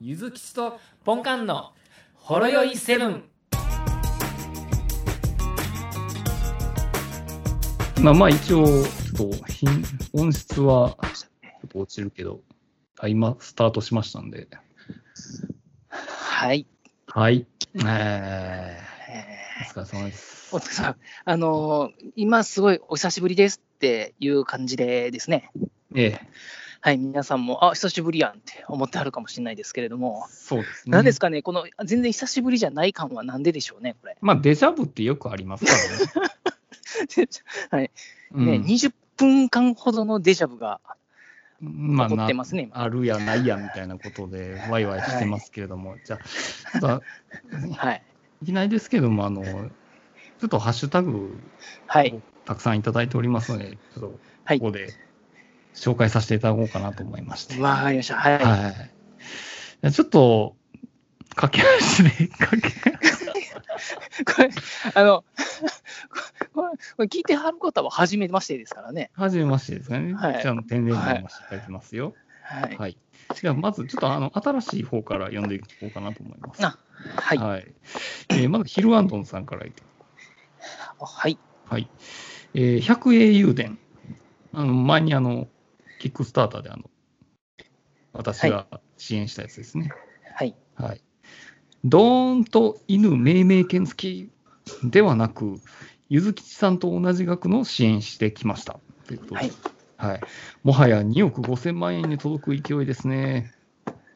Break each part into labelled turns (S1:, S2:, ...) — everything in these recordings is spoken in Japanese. S1: ゆずきちとポンカンのほろよいセブン。
S2: まあまあ一応、ちょっと品、音質はちょっと落ちるけど、あ今スタートしましたんで。
S3: はい。
S2: はい。え
S3: え
S2: ー、お疲れ様です。
S3: ー、お疲れ様。あのー今すごいお久しぶりですっていう感じでですね。
S2: ええ、
S3: はい、皆さんも、あ、久しぶりやんって思ってあるかもしれないですけれども、
S2: そうですね。
S3: 何ですかね、この全然久しぶりじゃない感はなんででしょうね、これ。
S2: まあデジャブってよくありますからね。 う
S3: ね、
S2: ん
S3: 20分間ほどのデジャブが
S2: まあ
S3: 起こっ
S2: な
S3: てますね、今。
S2: あるやないやみたいなことで、ワイワイしてますけれども、じゃあ、じゃあ
S3: はい。
S2: いきなりですけども、あの、ちょっとハッシュタグ
S3: はい。
S2: たくさんいただいておりますので、ちょっと
S3: はい
S2: ここで紹介させていただこうかなと思いまして。
S3: わかりました。はい。
S2: はい。ちょっと、駆け足で、駆け
S3: これ、あの、 これ、これ聞いてはる方は初めましてですからね。
S2: 始めましてですかね。
S3: はい
S2: じゃあ、天然記もしていただきますよ。
S3: は
S2: はいい。。では、まず、ちょっと、あの、新しい方から読んでいこうかなと思います。
S3: あはい。
S2: えーまず、ヒルアンドンさんからいた
S3: はい。
S2: はい。えー、百英雄伝。あの、前に、あの、キックスターターで、あの、私が支援したやつですね。
S3: はい。
S2: はい。ドーンと犬命名権付きではなく、ゆずきちさんと同じ額の支援してきました。ということで、
S3: はい
S2: はいもはや2億5000万円に届く勢いですね。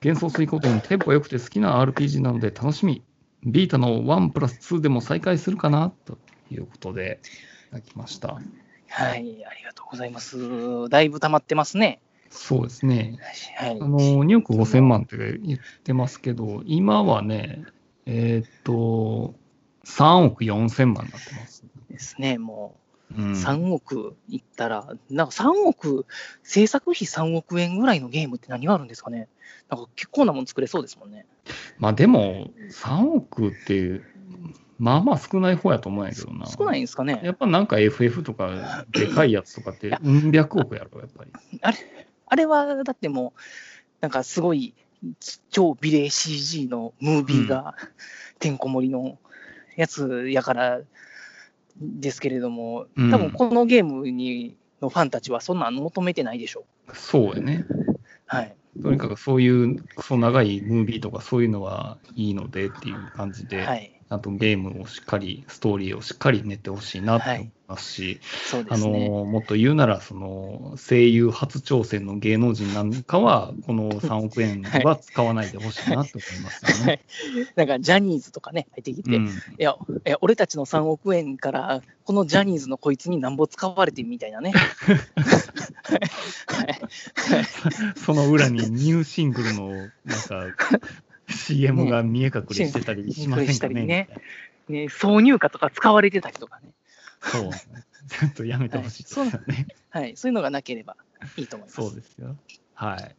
S2: 幻想水ことにテンポ良くて好きな RPG なので楽しみ。ビータの1プラス2でも再開するかなということで、いただきました。
S3: はい、ありがとうございます。だいぶ溜まってますね。
S2: そうですね。
S3: はい
S2: あ。の2億5000万って言ってますけど、今はね、えーっと、3億4000万になってます。
S3: ですね、も
S2: う
S3: う、
S2: ん、
S3: 3億いったら、なんか3億、制作費3億円ぐらいのゲームって何があるんですかね。なんか結構なもん作れそうですもんね。
S2: まあでも、3億って、まあまあ少ない方やと思うんやけどな。
S3: 少ないんですかね。
S2: やっぱなんか FF とか、でかいやつとかって、うん、百億やろ、やっぱり。
S3: あれは、だってもう、なんかすごい、超美麗 CG のムービーが、てんこ盛りのやつやからですけれども、
S2: うん
S3: 多分このゲームに、のファンたちはそんなん求めてないでしょう。
S2: そうやね。
S3: はい。
S2: とにかくそういう、クソ長いムービーとかそういうのはいいのでっていう感じで、
S3: はい。
S2: ちゃんとゲームをしっかり、ストーリーをしっかり練ってほしいなって思いますし、
S3: そうで
S2: あ
S3: す
S2: の
S3: ね。
S2: もっと言うならその声優初挑戦の芸能人なんかはこの3億円は使わないでほしいなと思いますよね。
S3: なんかジャニーズとかね、入ってきて、
S2: う
S3: い
S2: ん
S3: や、いや俺たちの3億円から、このジャニーズのこいつになんぼ使われてみたいなね。はい
S2: その裏にニューシングルのなんか CM が見え隠れしてたりしませんかね。
S3: ね ね、挿入歌とか使われてたりとかね、
S2: そう。ちょっとやめてほしいですよね。
S3: はい、そういうのがなければいいと思います。
S2: そうですよ。はい。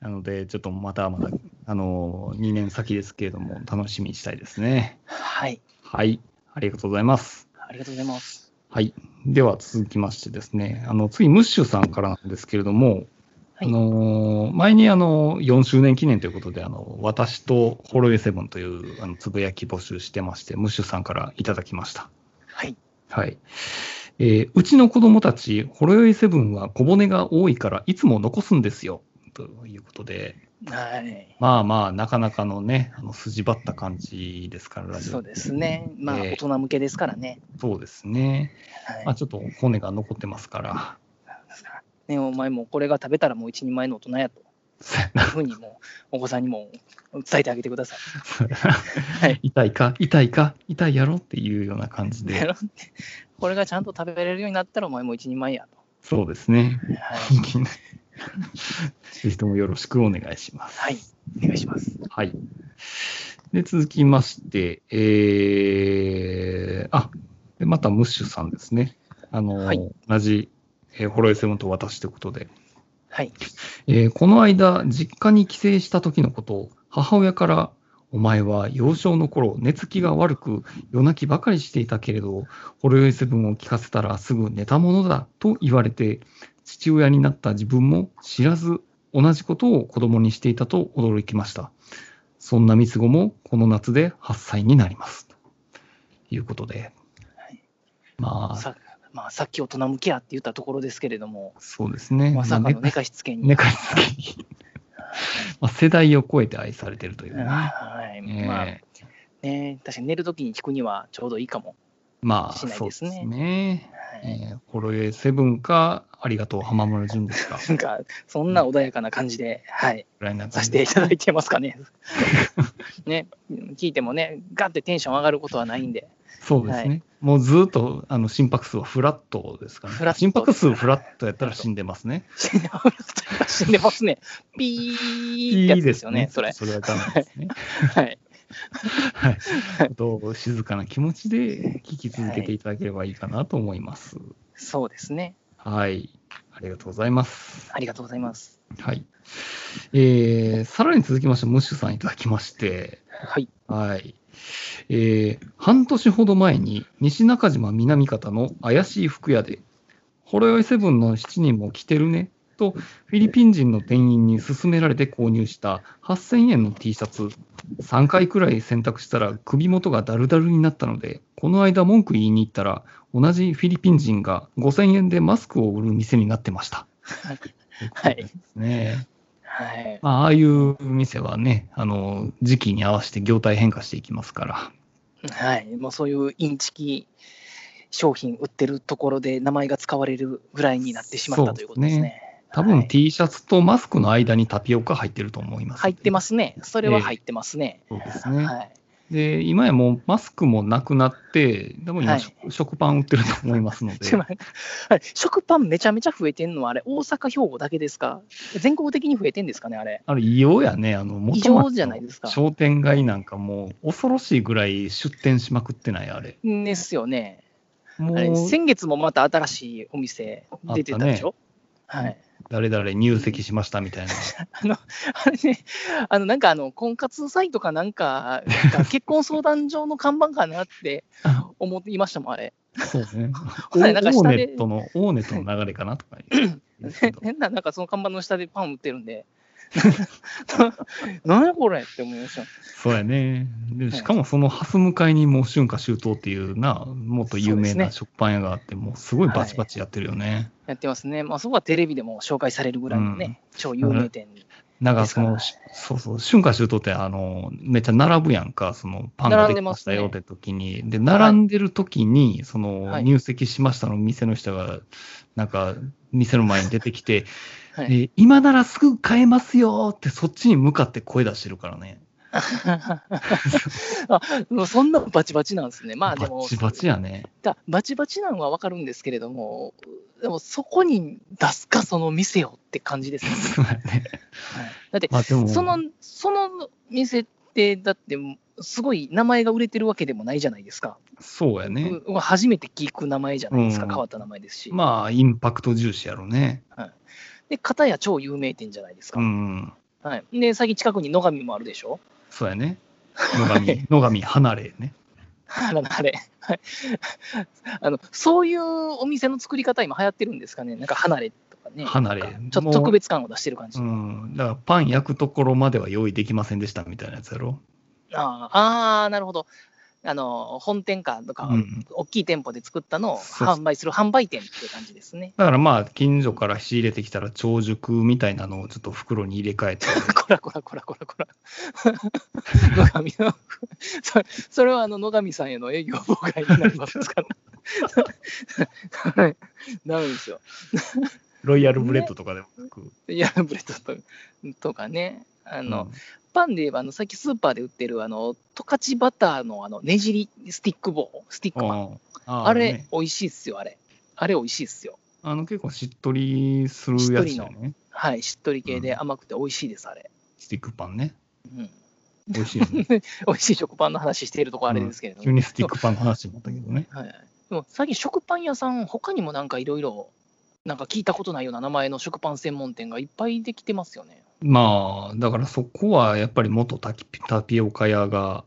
S2: なので、ちょっとまたまだ、あの、2年先ですけれども、楽しみにしたいですね。
S3: はい、
S2: はい。ありがとうございます。
S3: ありがとうございます。
S2: はい。では続きましてですね、あの、次、ムッシュさんからなんですけれども、あ
S3: はい
S2: のー前にあの、4周年記念ということで、あの、私とホロエイセブンという、あの、つぶやき募集してまして、ムッシュさんからいただきました。
S3: はい、
S2: はい。えーうちの子供たち、ホロエイセブンは小骨が多いから、いつも残すんですよ。ということで、
S3: はい、
S2: まあまあ、なかなかのね、あの、筋張った感じですから、ラジ
S3: そ
S2: オ
S3: う。ですね、まあ、
S2: ええ
S3: 大人向けですからね。
S2: そうですね。ま
S3: は
S2: あ、
S3: い、
S2: ちょっと骨が残ってますから。
S3: ねお前もこれが食べたらもう一人前の大人やと。いうふうにもうお子さんにも伝えてあげてください。い
S2: 痛いか痛いか痛いやろっていうような感じ
S3: や
S2: で。
S3: ろうって これがちゃんと食べれるようになったらお前も一人前や
S2: そうですね。
S3: と。はい。
S2: ぜひともよろしくお願いします。
S3: はい。お願いします。
S2: はい。で、続きまして、えー、あ、でまたムッシュさんですね。あの、
S3: はい
S2: 同じ、えーホロエセブンと私ということで、
S3: はい。
S2: えーこの間、実家に帰省した時のことを、母親から、お前は幼少の頃、寝つきが悪く、夜泣きばかりしていたけれど、ホロヨイセブンを聞かせたらすぐ寝たものだと言われて、父親になった自分も知らず、同じことを子供にしていたと驚きました。そんな三つ子もこの夏で8歳になります。ということで
S3: い。
S2: まあ、
S3: さまあ、さっき大人向けやって言ったところですけれども、
S2: そうですね。
S3: まさ
S2: ま
S3: か
S2: あ
S3: の寝かしつけに。
S2: 寝かしつけに。 まあ、世代を超えて愛されてるというね。
S3: はい、
S2: ええ
S3: まあね、確かに寝るときに聞くにはちょうどいいかも。
S2: まあ、
S3: しない
S2: そう
S3: で
S2: です
S3: すね
S2: ね。
S3: はい、
S2: えー、ホロエセブンか、ありがとう浜村淳です か、
S3: なんか、そんな穏やかな感じで、はい、
S2: ぐらいな感
S3: さ
S2: じ
S3: せて
S2: で
S3: いただいてます かね。ね、聞いてもね、ガってテンション上がることはないんで、
S2: そうですね。
S3: は
S2: もうずっとあの心拍数はフラットですかね。
S3: フラット
S2: 心拍数フラットやったら死んでます ね。
S3: 死んでます死んでますね。ピーってやつですよね、それ。
S2: それはダメ ですね。
S3: はい。
S2: はい。あと、静かな気持ちで聞き続けていただければいいかなと思います。
S3: そうですね。
S2: はい。ありがとうございます。
S3: ありがとうございます。
S2: はい。えー、さらに続きまして、ムッシュさんいただきまして、
S3: はい。
S2: はい。えー半年ほど前に、西中島南方の怪しい服屋で、ホロヨイセブンの7人も着てるね、と、フィリピン人の店員に勧められて購入した8000円の T シャツ、3回くらい洗濯したら首元がダルダルになったので、この間文句言いに行ったら、同じフィリピン人が5000円でマスクを売る店になってました。
S3: はい。
S2: ねえ
S3: はい。
S2: まあ、ああいう店はね、あの、時期に合わせて業態変化していきますから。
S3: はい。もうそういうインチキ商品売ってるところで名前が使われるぐらいになってしまったということです
S2: そうです
S3: ね。
S2: 多
S3: は
S2: 分
S3: い
S2: T シャツとマスクの間にタピオカ入ってると思います。
S3: 入ってますね。それは入ってますね。
S2: そうですね。
S3: はい。
S2: で、今やもうマスクもなくなって、多分今、
S3: はい
S2: 食食パン売ってると思いますので
S3: ちょ、っと待ってあれ食パンめちゃめちゃ増えてんのはあれ、大阪、兵庫だけですか全国的に増えてんですかね、あれ。
S2: あれ異様やね、あの、元町の
S3: 異常じゃないですか
S2: 商店街なんかもう恐ろしいぐらい出店しまくってない、あれ。
S3: ですよね。
S2: も
S3: あれ
S2: う、
S3: 先月もまた新しいお店出てたでしょ、
S2: ったね
S3: はい。
S2: 誰々入籍しましたみたいな。
S3: あれね、あの、なんかあの、婚活サイトかなんかが、結婚相談所の看板かなって思いましたもん、あれ。
S2: そう ね。オ
S3: れ
S2: ー
S3: なんか下
S2: ネ
S3: で
S2: ットの、オーネットの流れかなとか言うんですけど。
S3: 変な、なんかその看板の下でパン売ってるんで。 何やこれって思いました。
S2: そうやね。で
S3: い
S2: しかもそのハス向かいにもう春夏秋冬っていうな、もっと有名
S3: そうです
S2: な
S3: ね
S2: 食パン屋があって、もうすごいバチバチやってるよね。
S3: やってますね。まあそこはテレビでも紹介されるぐらいのね、超有名店に。
S2: なんかその、
S3: です
S2: そうそう、春夏秋冬ってあの、めっちゃ並ぶやんか、そのパンができましたよって時に。で、並んでる時に、その
S3: はい
S2: 入籍しましたの店の人が、なんか、店の前に出てきて、
S3: は
S2: え
S3: い。
S2: ー今ならすぐ買えますよってそっちに向かって声出してるからね。
S3: あもうそんなバチバチなんですね。まあでも、
S2: バチバチや ね。
S3: だバチバチなのはわかるんですけれども、でもそこに出すか、その店をって感じですね。
S2: そうやね。
S3: はいだって、
S2: まあでも、
S3: その、その店って、だって、すごい名前が売れてるわけでもないじゃないですか。
S2: そうやね。
S3: う初めて聞く名前じゃないですか、
S2: うん
S3: 変わった名前ですし。
S2: まあ、インパクト重視やろね。
S3: で、片や超有名店じゃないですか。
S2: うん。
S3: はい、で、最近近くに野上もあるでしょ。
S2: そうやね。野上、野上離れね。
S3: あのあれ、はい あのそういうお店の作り方、今流行ってるんですかね、なんか離れとかね、
S2: 離れ
S3: なんかちょっ
S2: も
S3: と
S2: う
S3: 特別感を出してる感じ、
S2: う
S3: あ
S2: ん。だから、パン焼くところまでは用意できませんでしたみたいなやつやろ。
S3: ああー、なるほど、あの本店かとか、
S2: うん。
S3: 大きい店舗で作ったのを
S2: そうそう
S3: 販売する販売店っていう感じですね。
S2: だからまあ、近所から仕入れてきたら長熟みたいなのをちょっと袋に入れ 替えて。
S3: こらこらこらこらこら。野上のそ、それはあの野上さんへの営業妨害になりますから。はい、 ダメですよ。
S2: ロイヤルブレッドとかでもなく。
S3: ヤンブレッドととかね、あ
S2: あ
S3: の、パンで言えば、あの、さっきスーパーで売ってる、あの、トカチバターの、あの、ねじりスティック棒、スティックマン。
S2: あ
S3: あれ
S2: ね、
S3: 美味しいっすよ、あれ。あれ、美味しいっすよ。
S2: あの結構しっとりするやつ
S3: しっ
S2: よ
S3: と
S2: ね。
S3: はい、しっとり系
S2: う
S3: で
S2: ん
S3: 甘くて美味しいです、あれ。
S2: スティックパンね。
S3: うん、
S2: 美味しいよね。
S3: 美味しい食パンの話しているとこあれですけれども。
S2: 急にスティックパンの話になったけどね。
S3: はいはい。でも、最近食パン屋さん、他にもなんかいろいろ、なんか聞いたことないような名前の食パン専門店がいっぱいできてますよね。
S2: まあ、だからそこはやっぱり元タキタピオカ屋が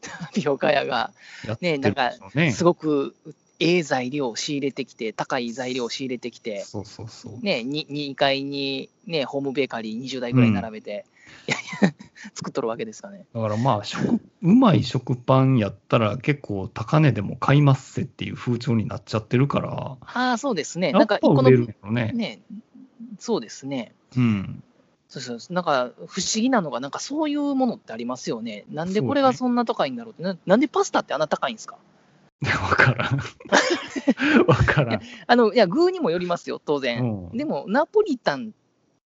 S3: タピオカ屋が、
S2: やってるんでしょうね。
S3: すごくええ材料を仕入れてきて、高い材料を仕入れてきて、
S2: そうそうそう。
S3: ね、に2階に、ね、ホームベーカリー20台ぐらい並べて、いやいや 作っとるわけですかね。
S2: だからまあ食、うまい食パンやったら結構高値でも買いますせっていう風潮になっちゃってるから、
S3: ああ、そうです
S2: や
S3: ね。な
S2: っ
S3: んか
S2: ぱ
S3: この
S2: 売れるよね。
S3: ね、そうですね。
S2: うん。
S3: そうそうそうなんか不思議なのが、なんかそういうものってありますよね。なんでこれがそんな高いんだろうって、ななんでパスタってあんな高いんですか
S2: わ からん。わからん。
S3: あのいや具にもよりますよ、当然。
S2: うん
S3: でも、ナポリタン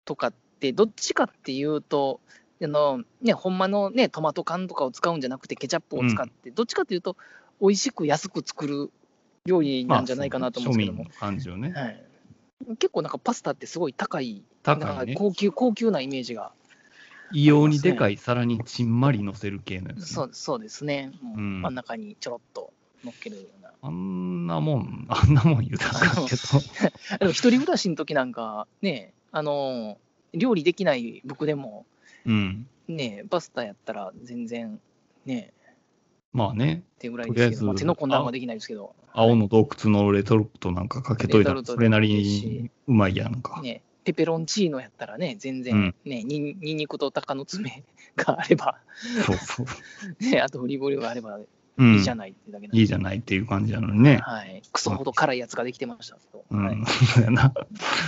S3: とかって、どっちかっていうと、あのね、ほんまの、ね、トマト缶とかを使うんじゃなくて、ケチャップを使って、どっちかっていうと、美味しく安く作る料理なんじゃないかなと思うんですけども
S2: まあ、そう庶民の感じよね。
S3: はい、結構なんかパスタってすごい高い、な
S2: 高
S3: ん
S2: い
S3: か
S2: ね。
S3: 高級高級なイメージが、
S2: 異様にでかい皿にちんまり乗せる系のやつね、
S3: そうそうですね、もう
S2: うん
S3: 真ん中にちょろっと乗っけるような。
S2: あんなもん、あんなもん言うたらあかん けど。
S3: でも一人暮らしの時なんか、ね、あの料理できない僕でも、
S2: うん。
S3: ねえ、パスタやったら全然、ねえ、
S2: まあね、
S3: ってぐらいですけ
S2: とりあえず
S3: ど、まあ手の込んだんはできないですけど、
S2: 青の洞窟のレトルトなんかかけといたら、それなりにうまいやんか。
S3: ねえ、ペペロンチーノやったらね、全
S2: う
S3: 然
S2: ん、
S3: ねえ、にん、にんにくと鷹の爪があれば、
S2: そうそう。
S3: ねえ、 あとオリーブオイルがあればい
S2: うん、
S3: いじゃないってだけなん
S2: い
S3: で
S2: いじゃないっていう感じなのにね。
S3: はい、クソほど辛いやつができてましたけど、
S2: う
S3: は、
S2: ん、そうやな。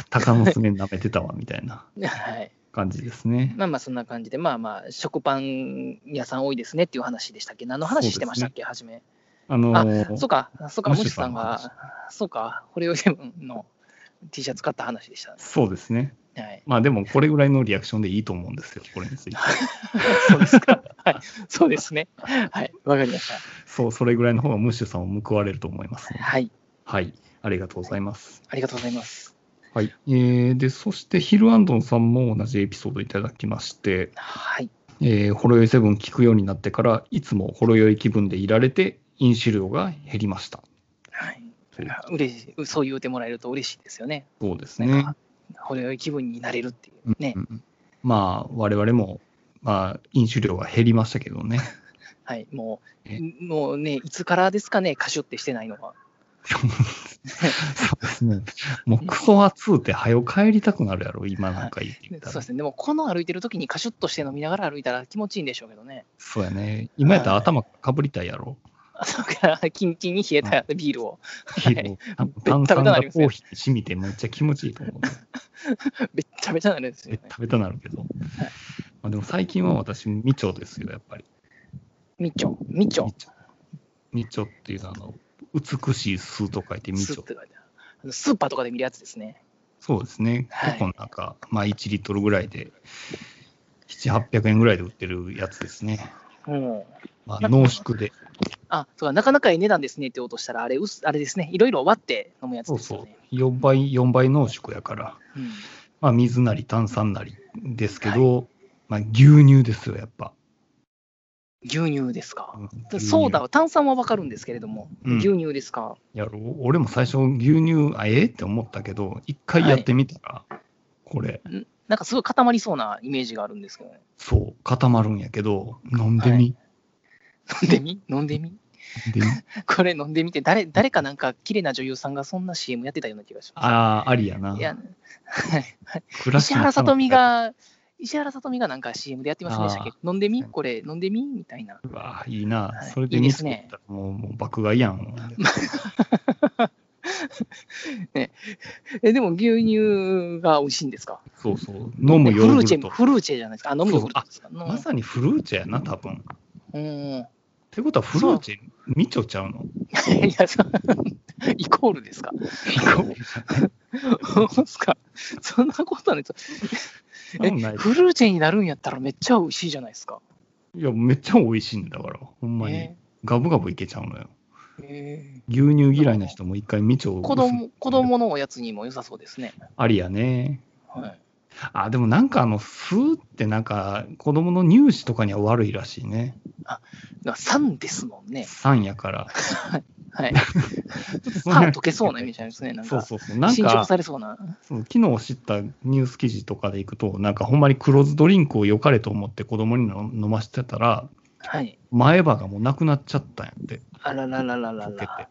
S2: 鷹の爪舐めてたわ、みたいない
S3: はい、
S2: 感じですね。
S3: まあまあそんな感じで、まあまあ、食パン屋さん多いですねっていう話でしたっけ、何の話してましたっけ、初め。
S2: あのー
S3: そうか、そうか、
S2: ム
S3: も
S2: ッシュ
S3: しさ
S2: さ
S3: ん
S2: んの
S3: が、そうか、ホレオイレブンの T シャツ買った話でしたね。
S2: そうですね。
S3: はい
S2: まあでも、これぐらいのリアクションでいいと思うんですよ、これについて。
S3: そうですか。はい。 そうですね。はい。わかりまし
S2: そう、それぐらいの方がムッシュさんを報われると思いますの
S3: た。
S2: で。
S3: はい。
S2: はい、ありがとうございます。
S3: ありがとうございます。
S2: はい。えー、で、そして、ヒルアンドンさんも同じエピソードいただきまして、
S3: はい。
S2: えー、ホロ酔いセブン聞くようになってから、いつもホロ酔い気分でいられて、飲酒量が減りました。
S3: はい。
S2: という
S3: 嬉しい。そう言うてもらえると嬉しいですよね。
S2: そうです
S3: なん
S2: ね。
S3: か、程よい気分になれるっていうね
S2: う。んまあ、我々も、まあ、飲酒量は減りましたけど ね。
S3: はい。も
S2: え
S3: う、もうね、いつからですかね、カシュってしてないのは。
S2: そうですね。もうクソ暑うて、はよ帰りたくなるやろ、今なんか言ってみた
S3: そう
S2: ら
S3: で。すね。でも、この歩いてる時にカシュッとして飲みながら歩いたら気持ちいいんでしょうけどね。
S2: そうやね。今やったら頭かぶりたいやろ。
S3: 朝からキンキンに冷えたビールを、
S2: ヒーロー炭酸がコーヒーに染みて、めっちゃ気持ちいいと思う。
S3: べっちゃべちゃになるんですよ
S2: べっ
S3: ね。
S2: たべたなるけど。まあ、でも最近は私、みちょですよ、やっぱり。
S3: みちょ、みちょ
S2: み。ちょみちょっていうのは、あの、美しい数と書いてみ
S3: ス
S2: ち
S3: ー
S2: ょ
S3: って。書いてあるあのスーパーとかで見るやつですね。
S2: そうですね。
S3: はい
S2: 結構なんか、まあ1リットルぐらいで、7、800円ぐらいで売ってるやつですね。
S3: うん。
S2: まあ、濃縮で。
S3: あ、そうか、なかなかええ値段ですねって言おうとしたら、あれ、うすあれですね、いろいろ割って飲むやつ
S2: そう
S3: です
S2: そ
S3: よ
S2: う
S3: ね。。
S2: 4倍、4倍濃縮やから。
S3: うん
S2: まあ、水なり炭酸なりですけど、まあ、牛乳ですよ、やっぱ。
S3: 牛乳ですか。
S2: うん
S3: ソーダは、炭酸は分かるんですけれども、
S2: うん
S3: 牛乳ですか。
S2: やろう俺も最初、牛乳、あええって思ったけど、一回やってみたら、これ、
S3: なんかすごい固まりそうなイメージがあるんですけどね。
S2: そう、固まるんやけど、飲んでみ、
S3: はい飲んでみ飲んでみ
S2: 飲んでみ
S3: これ飲んでみて、誰誰かなんか綺麗な女優さんがそんな CM やってたような気がしま
S2: ああ、ありやな
S3: す。い。や、
S2: クラシッ
S3: 石
S2: クな
S3: 原さとみ、が、石原さとみがなんか CM でやってませんでしたっけ
S2: あ
S3: 飲んでみこれ飲んでみみたいな。
S2: うわいいな
S3: は、い
S2: それで
S3: いい
S2: 見
S3: で
S2: つ
S3: す
S2: け
S3: ね
S2: たらもう、もう爆買いやん。
S3: え、でも牛乳が美味しいんですか
S2: そうそう、飲む
S3: え
S2: ヨー
S3: フル
S2: グ
S3: ーチ
S2: ル
S3: ェ、
S2: ト。
S3: フルーチェじゃないですか。あ、飲むヨーグルトですか。
S2: まさにフルーチェやな、多分。っ
S3: うん。うん
S2: てことは、フルーチェ、みちょちゃうの。
S3: いや、そう イコールですか。そうっすかそんなことないです。え
S2: そんなんない
S3: フルーチェになるんやったらめっちゃ美味しいじゃないですか。
S2: いや、めっちゃ美味しいんだから、ほんまに。
S3: え
S2: ガブガブいけちゃうのよ。
S3: ーえ
S2: 牛乳嫌いな人も一回みちょ
S3: ー子供子供のおやつにも良さそうですね。
S2: ありやね。
S3: はい、
S2: あ、でもなんかあの、スーってなんか、子供の乳歯とかには悪いらしいね。
S3: だから酸ですもんね。
S2: 酸や から。
S3: はい、
S2: そんな
S3: 歯溶けそうなイメージありますね。なん
S2: そう
S3: か
S2: そうそう。なん
S3: 伸縮
S2: か、
S3: されそうな。
S2: そう昨日知ったニュース記事とかでいくと、なんかほんまに黒酢ドリンクを良かれと思って子供に飲飲ましてたら、
S3: はい。
S2: 前歯がもうなくなっちゃったんやって。
S3: あららららら
S2: 溶けて
S3: ら。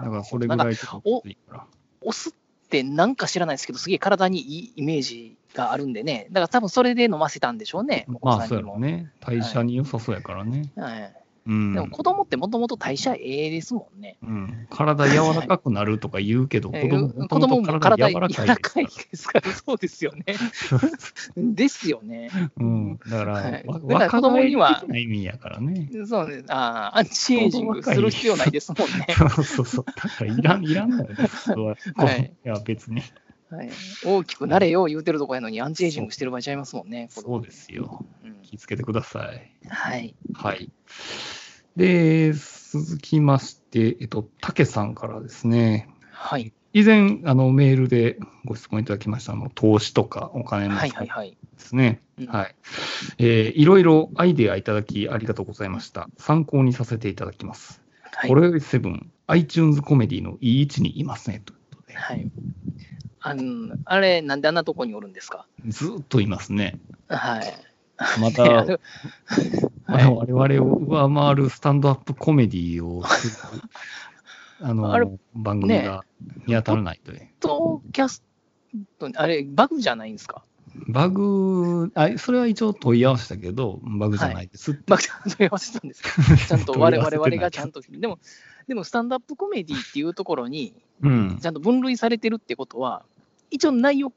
S2: だからそれぐらいちょっときついから。
S3: お酢ってなんか知らないですけど、すげえ体にいいイメージがあるんでね、だから多分それで飲ませたんでしょうね、お
S2: ま
S3: 子
S2: あ
S3: さ
S2: そ
S3: ん
S2: う
S3: に
S2: やろう
S3: も。
S2: ね。代謝に良さそうやからね。
S3: はい、
S2: うん。
S3: でも子供ってもともと代謝ええですもんね。
S2: うん、体柔らかくなるとか言うけど、
S3: え
S2: 子供
S3: ー子供も体柔ら
S2: です
S3: かいですから、 そうですよね。ですよね。
S2: うん、だから、
S3: は
S2: わ
S3: いだから
S2: 若
S3: 子供には
S2: 返り的な意味やからね。
S3: そうね。ああ、アンチエイジングする必要ないですもんね。
S2: そうそうそう。だからいらん、いらん のよね。それは
S3: はい
S2: いや、別に。
S3: はい、大きくなれよ言うてるとこやのに、アンチエイジングしてる場合ちゃいますもんね。子供
S2: そうですよ。
S3: うん
S2: 気をつけてください。
S3: はい。
S2: はい。で、続きまして、えっと、たけさんからですね。
S3: はい。
S2: 以前、あの、メールでご質問いただきました、あの、投資とかお金の使
S3: はい
S2: い
S3: はい
S2: 方
S3: はい。
S2: ですね。
S3: うん
S2: はい。えーいろいろアイデアいただきありがとうございました。参考にさせていただきます。
S3: はい
S2: ホロヨイセブン、iTunes コメディのいい位置にいますね。ということで
S3: はい。あの、あれ、なんであんなとこにおるんですか
S2: ずーっといますね。
S3: はい。
S2: ま
S3: いや
S2: た、まだ我々を上回るスタンドアップコメディ をする、あの、
S3: あれ
S2: 番組が見当たらないという。
S3: ポッドキャスト、あれ、バグじゃないんですか
S2: バグ、あ、それは一応問い合わせたけど、バグじゃないですって。
S3: バグじゃ問い合わせたんですか ちゃんと我々我々がちゃん
S2: と。
S3: と。でも、でも、スタンドアップコメディっていうところに、
S2: うん
S3: ち。ゃんと分類されてるってことは、一応内容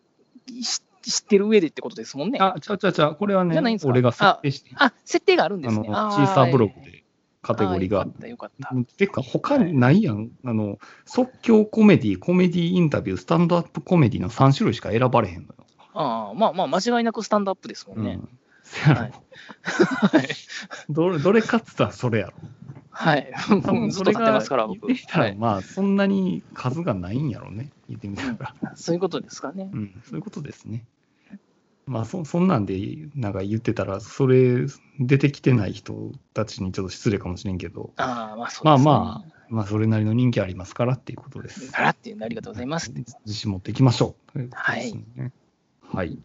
S3: し知ってる上でってことですもんね。
S2: あ、ちゃうちゃうちゃう、これは
S3: じ
S2: ね
S3: ゃないんで、すか
S2: 俺が設定して
S3: あ、設定があるんで
S2: あ
S3: す
S2: の、
S3: ね。
S2: シ
S3: あ
S2: ーサーブログでカ
S3: カ
S2: テゴリーが
S3: よか。った、よかった。
S2: てか、他にないやん。あの、即興コメディ、コメディインタビュー、スタンドアップコメディの3種類しか選ばれへんのよ。
S3: ああ、まあまあ、間違いなくスタンドアップですもんね。
S2: うん。せやろ
S3: はいい
S2: どれ、どれかっつったらそれや ろ。
S3: はい。
S2: 多分
S3: ず
S2: そ
S3: っと
S2: れ
S3: 立っ
S2: が
S3: てますから、
S2: 言っ
S3: 僕
S2: て。みた
S3: は
S2: ら、
S3: い
S2: まあ、そんなに数がないんやろね。言ってみた ら。
S3: そういうことですかね。
S2: うん、そういうことですね。まあ、そそんなんで、なんか言ってたら、それ、出てきてない人たちにちょっと失礼かもしれんけど、
S3: ああ、まあそう
S2: ま
S3: で
S2: あ
S3: す、ね。
S2: まあ、まあ、それなりの人気ありますからっていうことです。
S3: からっていうんでありがとうございます。
S2: 自信持っていきましょう。
S3: はい。
S2: はい。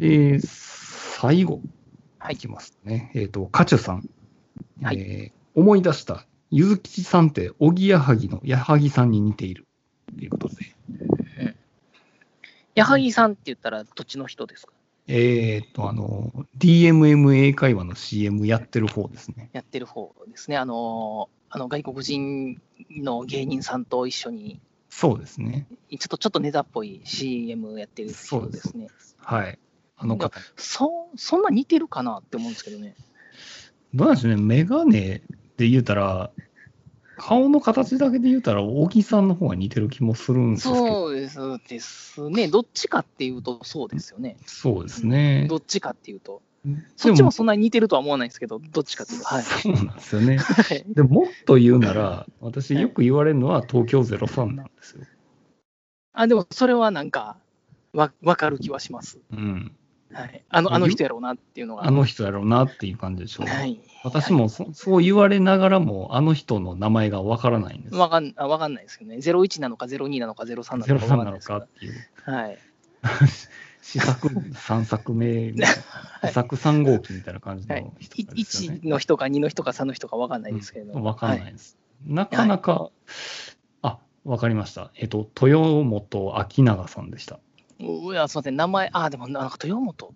S2: えー最後。
S3: はい
S2: いきますね。えっ、と、カチュさん。
S3: はい
S2: えー思い出した。ゆずきちさんって、おぎやはぎのやはぎさんに似ている。ということで。
S3: 矢作さんって言ったら、どっちの人ですか
S2: えっ、と、あの、DMM 英会話の CM やってる方ですね。
S3: やってる方ですね。あのー、あの外国人の芸人さんと一緒に、
S2: そうですね。
S3: ちょっとちょっとネタっぽい CM やってる人ですね。
S2: はい。あの方。
S3: そそんな似てるかなって思うんですけどね。
S2: どうなんでしょうね。メガネで言うたら、顔の形だけで言うたら、小木さんの方が似てる気もするんですけど。
S3: そうですですね。どっちかっていうと、そうですよね。
S2: そうですね。
S3: どっちかっていうと。
S2: で
S3: そっちもそんなに似てるとは思わないですけど、どっちかっていうと。はい。
S2: そうなんですよね。
S3: はい
S2: でもっと言うなら、私よく言われるのは東京03なんですよ。
S3: あ、でもそれはなんか、わ分かる気はします。
S2: うん。
S3: はい。あのあの人やろうなっていうのが。
S2: あの人やろうなっていう感じでしょう。
S3: はい。
S2: 私もそそう言われながらも、あの人の名前がわからないんです。
S3: わかんあわかんないですけどね。01なのか02なのか03なのか
S2: 03
S3: わかん
S2: ないの
S3: です
S2: か
S3: けど
S2: っていう。
S3: はい。
S2: 試作、3作目、試作3号機みたいな感じ
S3: はい
S2: の人
S3: い
S2: なんですよね。
S3: 1の人か2の人か3の人かわかんないですけれども。
S2: わかん
S3: は
S2: ないです。なかなか、あ、わかりました。えっと、豊本明永さんでした。
S3: い。いや、すみません。名前、あ、でもなんか豊本。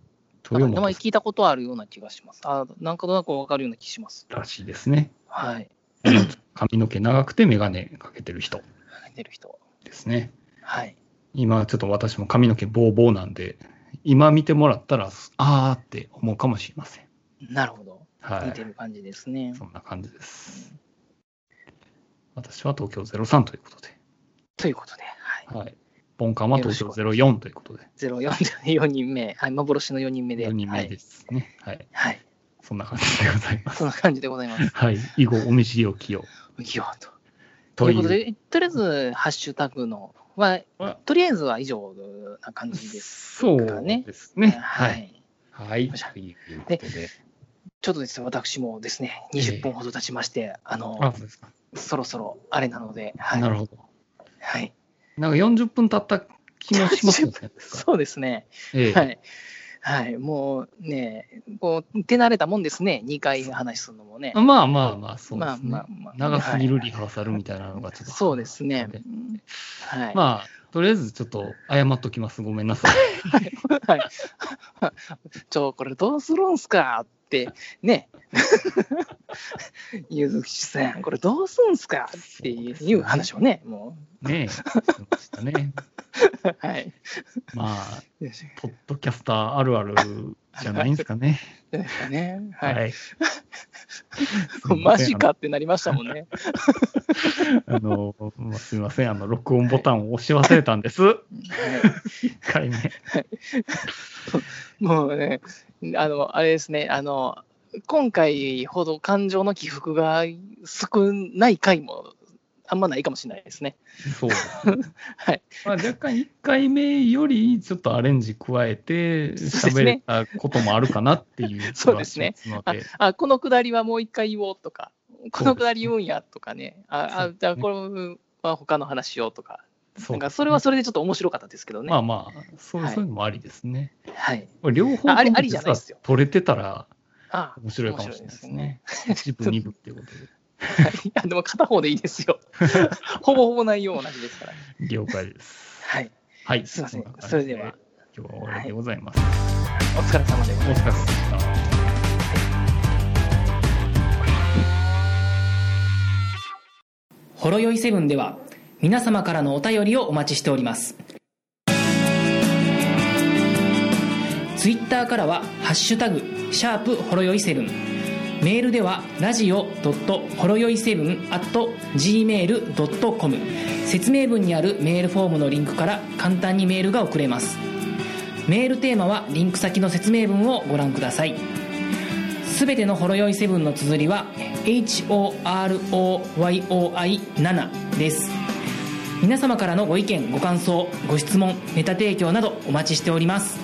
S3: な
S2: 豊
S3: んか名前
S2: 本
S3: 聞いたことあるような気がします。あ、なんとなくわかるような気します。
S2: らしいですね。
S3: はい。
S2: 髪の毛長くて眼鏡かけてる人
S3: かけてる人。
S2: ですね。
S3: はい。
S2: 今ちょっと私も髪の毛ボーボーなんで、今見てもらったら、あーって思うかもしれません。
S3: なるほど。
S2: は
S3: 似て
S2: い。
S3: る感じですね。
S2: そんな感じです。私は東京03ということで。
S3: ということで、はい。
S2: はい。ボンカンは東京04ということで。
S3: 04で4人目、はい、幻の4人目で。
S2: 4人目
S3: はい
S2: ですね。はい。
S3: はい。
S2: そんな感じでございます。
S3: そんな感じでござ います。
S2: はい。以後、お見知りおきを。
S3: 浮世と。と
S2: と
S3: いう
S2: い
S3: こと
S2: う。
S3: で、とりあえず、ハッシュタグのは
S2: は、
S3: とりあえずは以上な感じです
S2: そう
S3: かね。
S2: ですね。
S3: は
S2: はい。
S3: い。
S2: はい。
S3: よいしょ
S2: ということで。
S3: ちょっとですね、私もですね、20分ほど経ちまして、あ
S2: あ、
S3: の、
S2: そうですか。
S3: そろそろあれなので、はい。
S2: なるほど。
S3: はい。
S2: なんか40分経った気もしますよね。
S3: そうですね。
S2: ええ
S3: はい。はい、もうね、こう、手慣れたもんですね、2回話すのもね。
S2: まあまあまあ、そうで
S3: ますあ
S2: ね。
S3: まあまあ。
S2: 長すぎ
S3: は
S2: るリハーサルみたいなのがちょっ
S3: い。
S2: と。
S3: そうですね。はい。
S2: まあ、とりあえずちょっと謝っときます。ごめんなさい。
S3: はい。ちょ、これどうするんすかって、ね。 ゆずきさん、これどうすんすかっていう話をね、も
S2: ねえ、してましたね。
S3: う。はい。
S2: まあ、
S3: です
S2: ポッドキャスターあるあるじゃないんですかね。
S3: かね。はい。
S2: はい。
S3: マジかってなりましたもんね。
S2: あの、まあすみません。あの、録音ボタンを押し忘れたんです。
S3: は
S2: 一回目。
S3: い、もうね、あの、あれですね、あの、今回ほど感情の起伏が少ない回もあんまないかもしれないですね。
S2: そう。
S3: はい。
S2: まあ、若干1回目よりちょっとアレンジ加えて
S3: そ
S2: 喋
S3: うです
S2: れ
S3: ね
S2: たこともあるかなっていう気
S3: そう
S2: は
S3: で
S2: し
S3: す
S2: ま
S3: ね
S2: すの
S3: あ
S2: で、
S3: あ、このくだりはもう一回言おうとか、このくだり
S2: そ
S3: 言うんやとかね、あ、
S2: そうで
S3: あ
S2: すね
S3: じゃあこれは他の話しようとか、
S2: そ
S3: な
S2: う
S3: んかそれはそれでちょっと面白かったですけどね。
S2: まあまあそう、
S3: はい
S2: そういうのもありですね。
S3: はい。
S2: これ両方
S3: ああり
S2: とも
S3: ありじゃないです
S2: 実
S3: よ
S2: は取れてたら
S3: あ
S2: 面白いかもしれないですね。一
S3: 面
S2: 部、
S3: 白
S2: 二
S3: い
S2: 部っていうこ
S3: はいいやでも片方でいいです よ。ほぼほぼ内容同じですから。
S2: とで、了解です。
S3: はい。
S2: はい、
S3: すいません
S2: こな。感
S3: そ
S2: じ
S3: れでは、
S2: 今日は終わりでございます。
S3: お疲れ様でございま
S2: お。
S3: す
S2: 疲れ様でした。
S1: ほろよいセブンでは皆様からのお便りをお待ちしておりますツイッターからは「ハッシュタグシャープほろよいセブン」メールではラジオほろよい7 gmail.com 説明文にあるメールフォームのリンクから簡単にメールが送れますメールテーマはリンク先の説明文をご覧くださいすべてのほろ酔いセブンの綴りは HOROYOI7 です皆様からのご意見ご感想ご質問ネタ提供などお待ちしております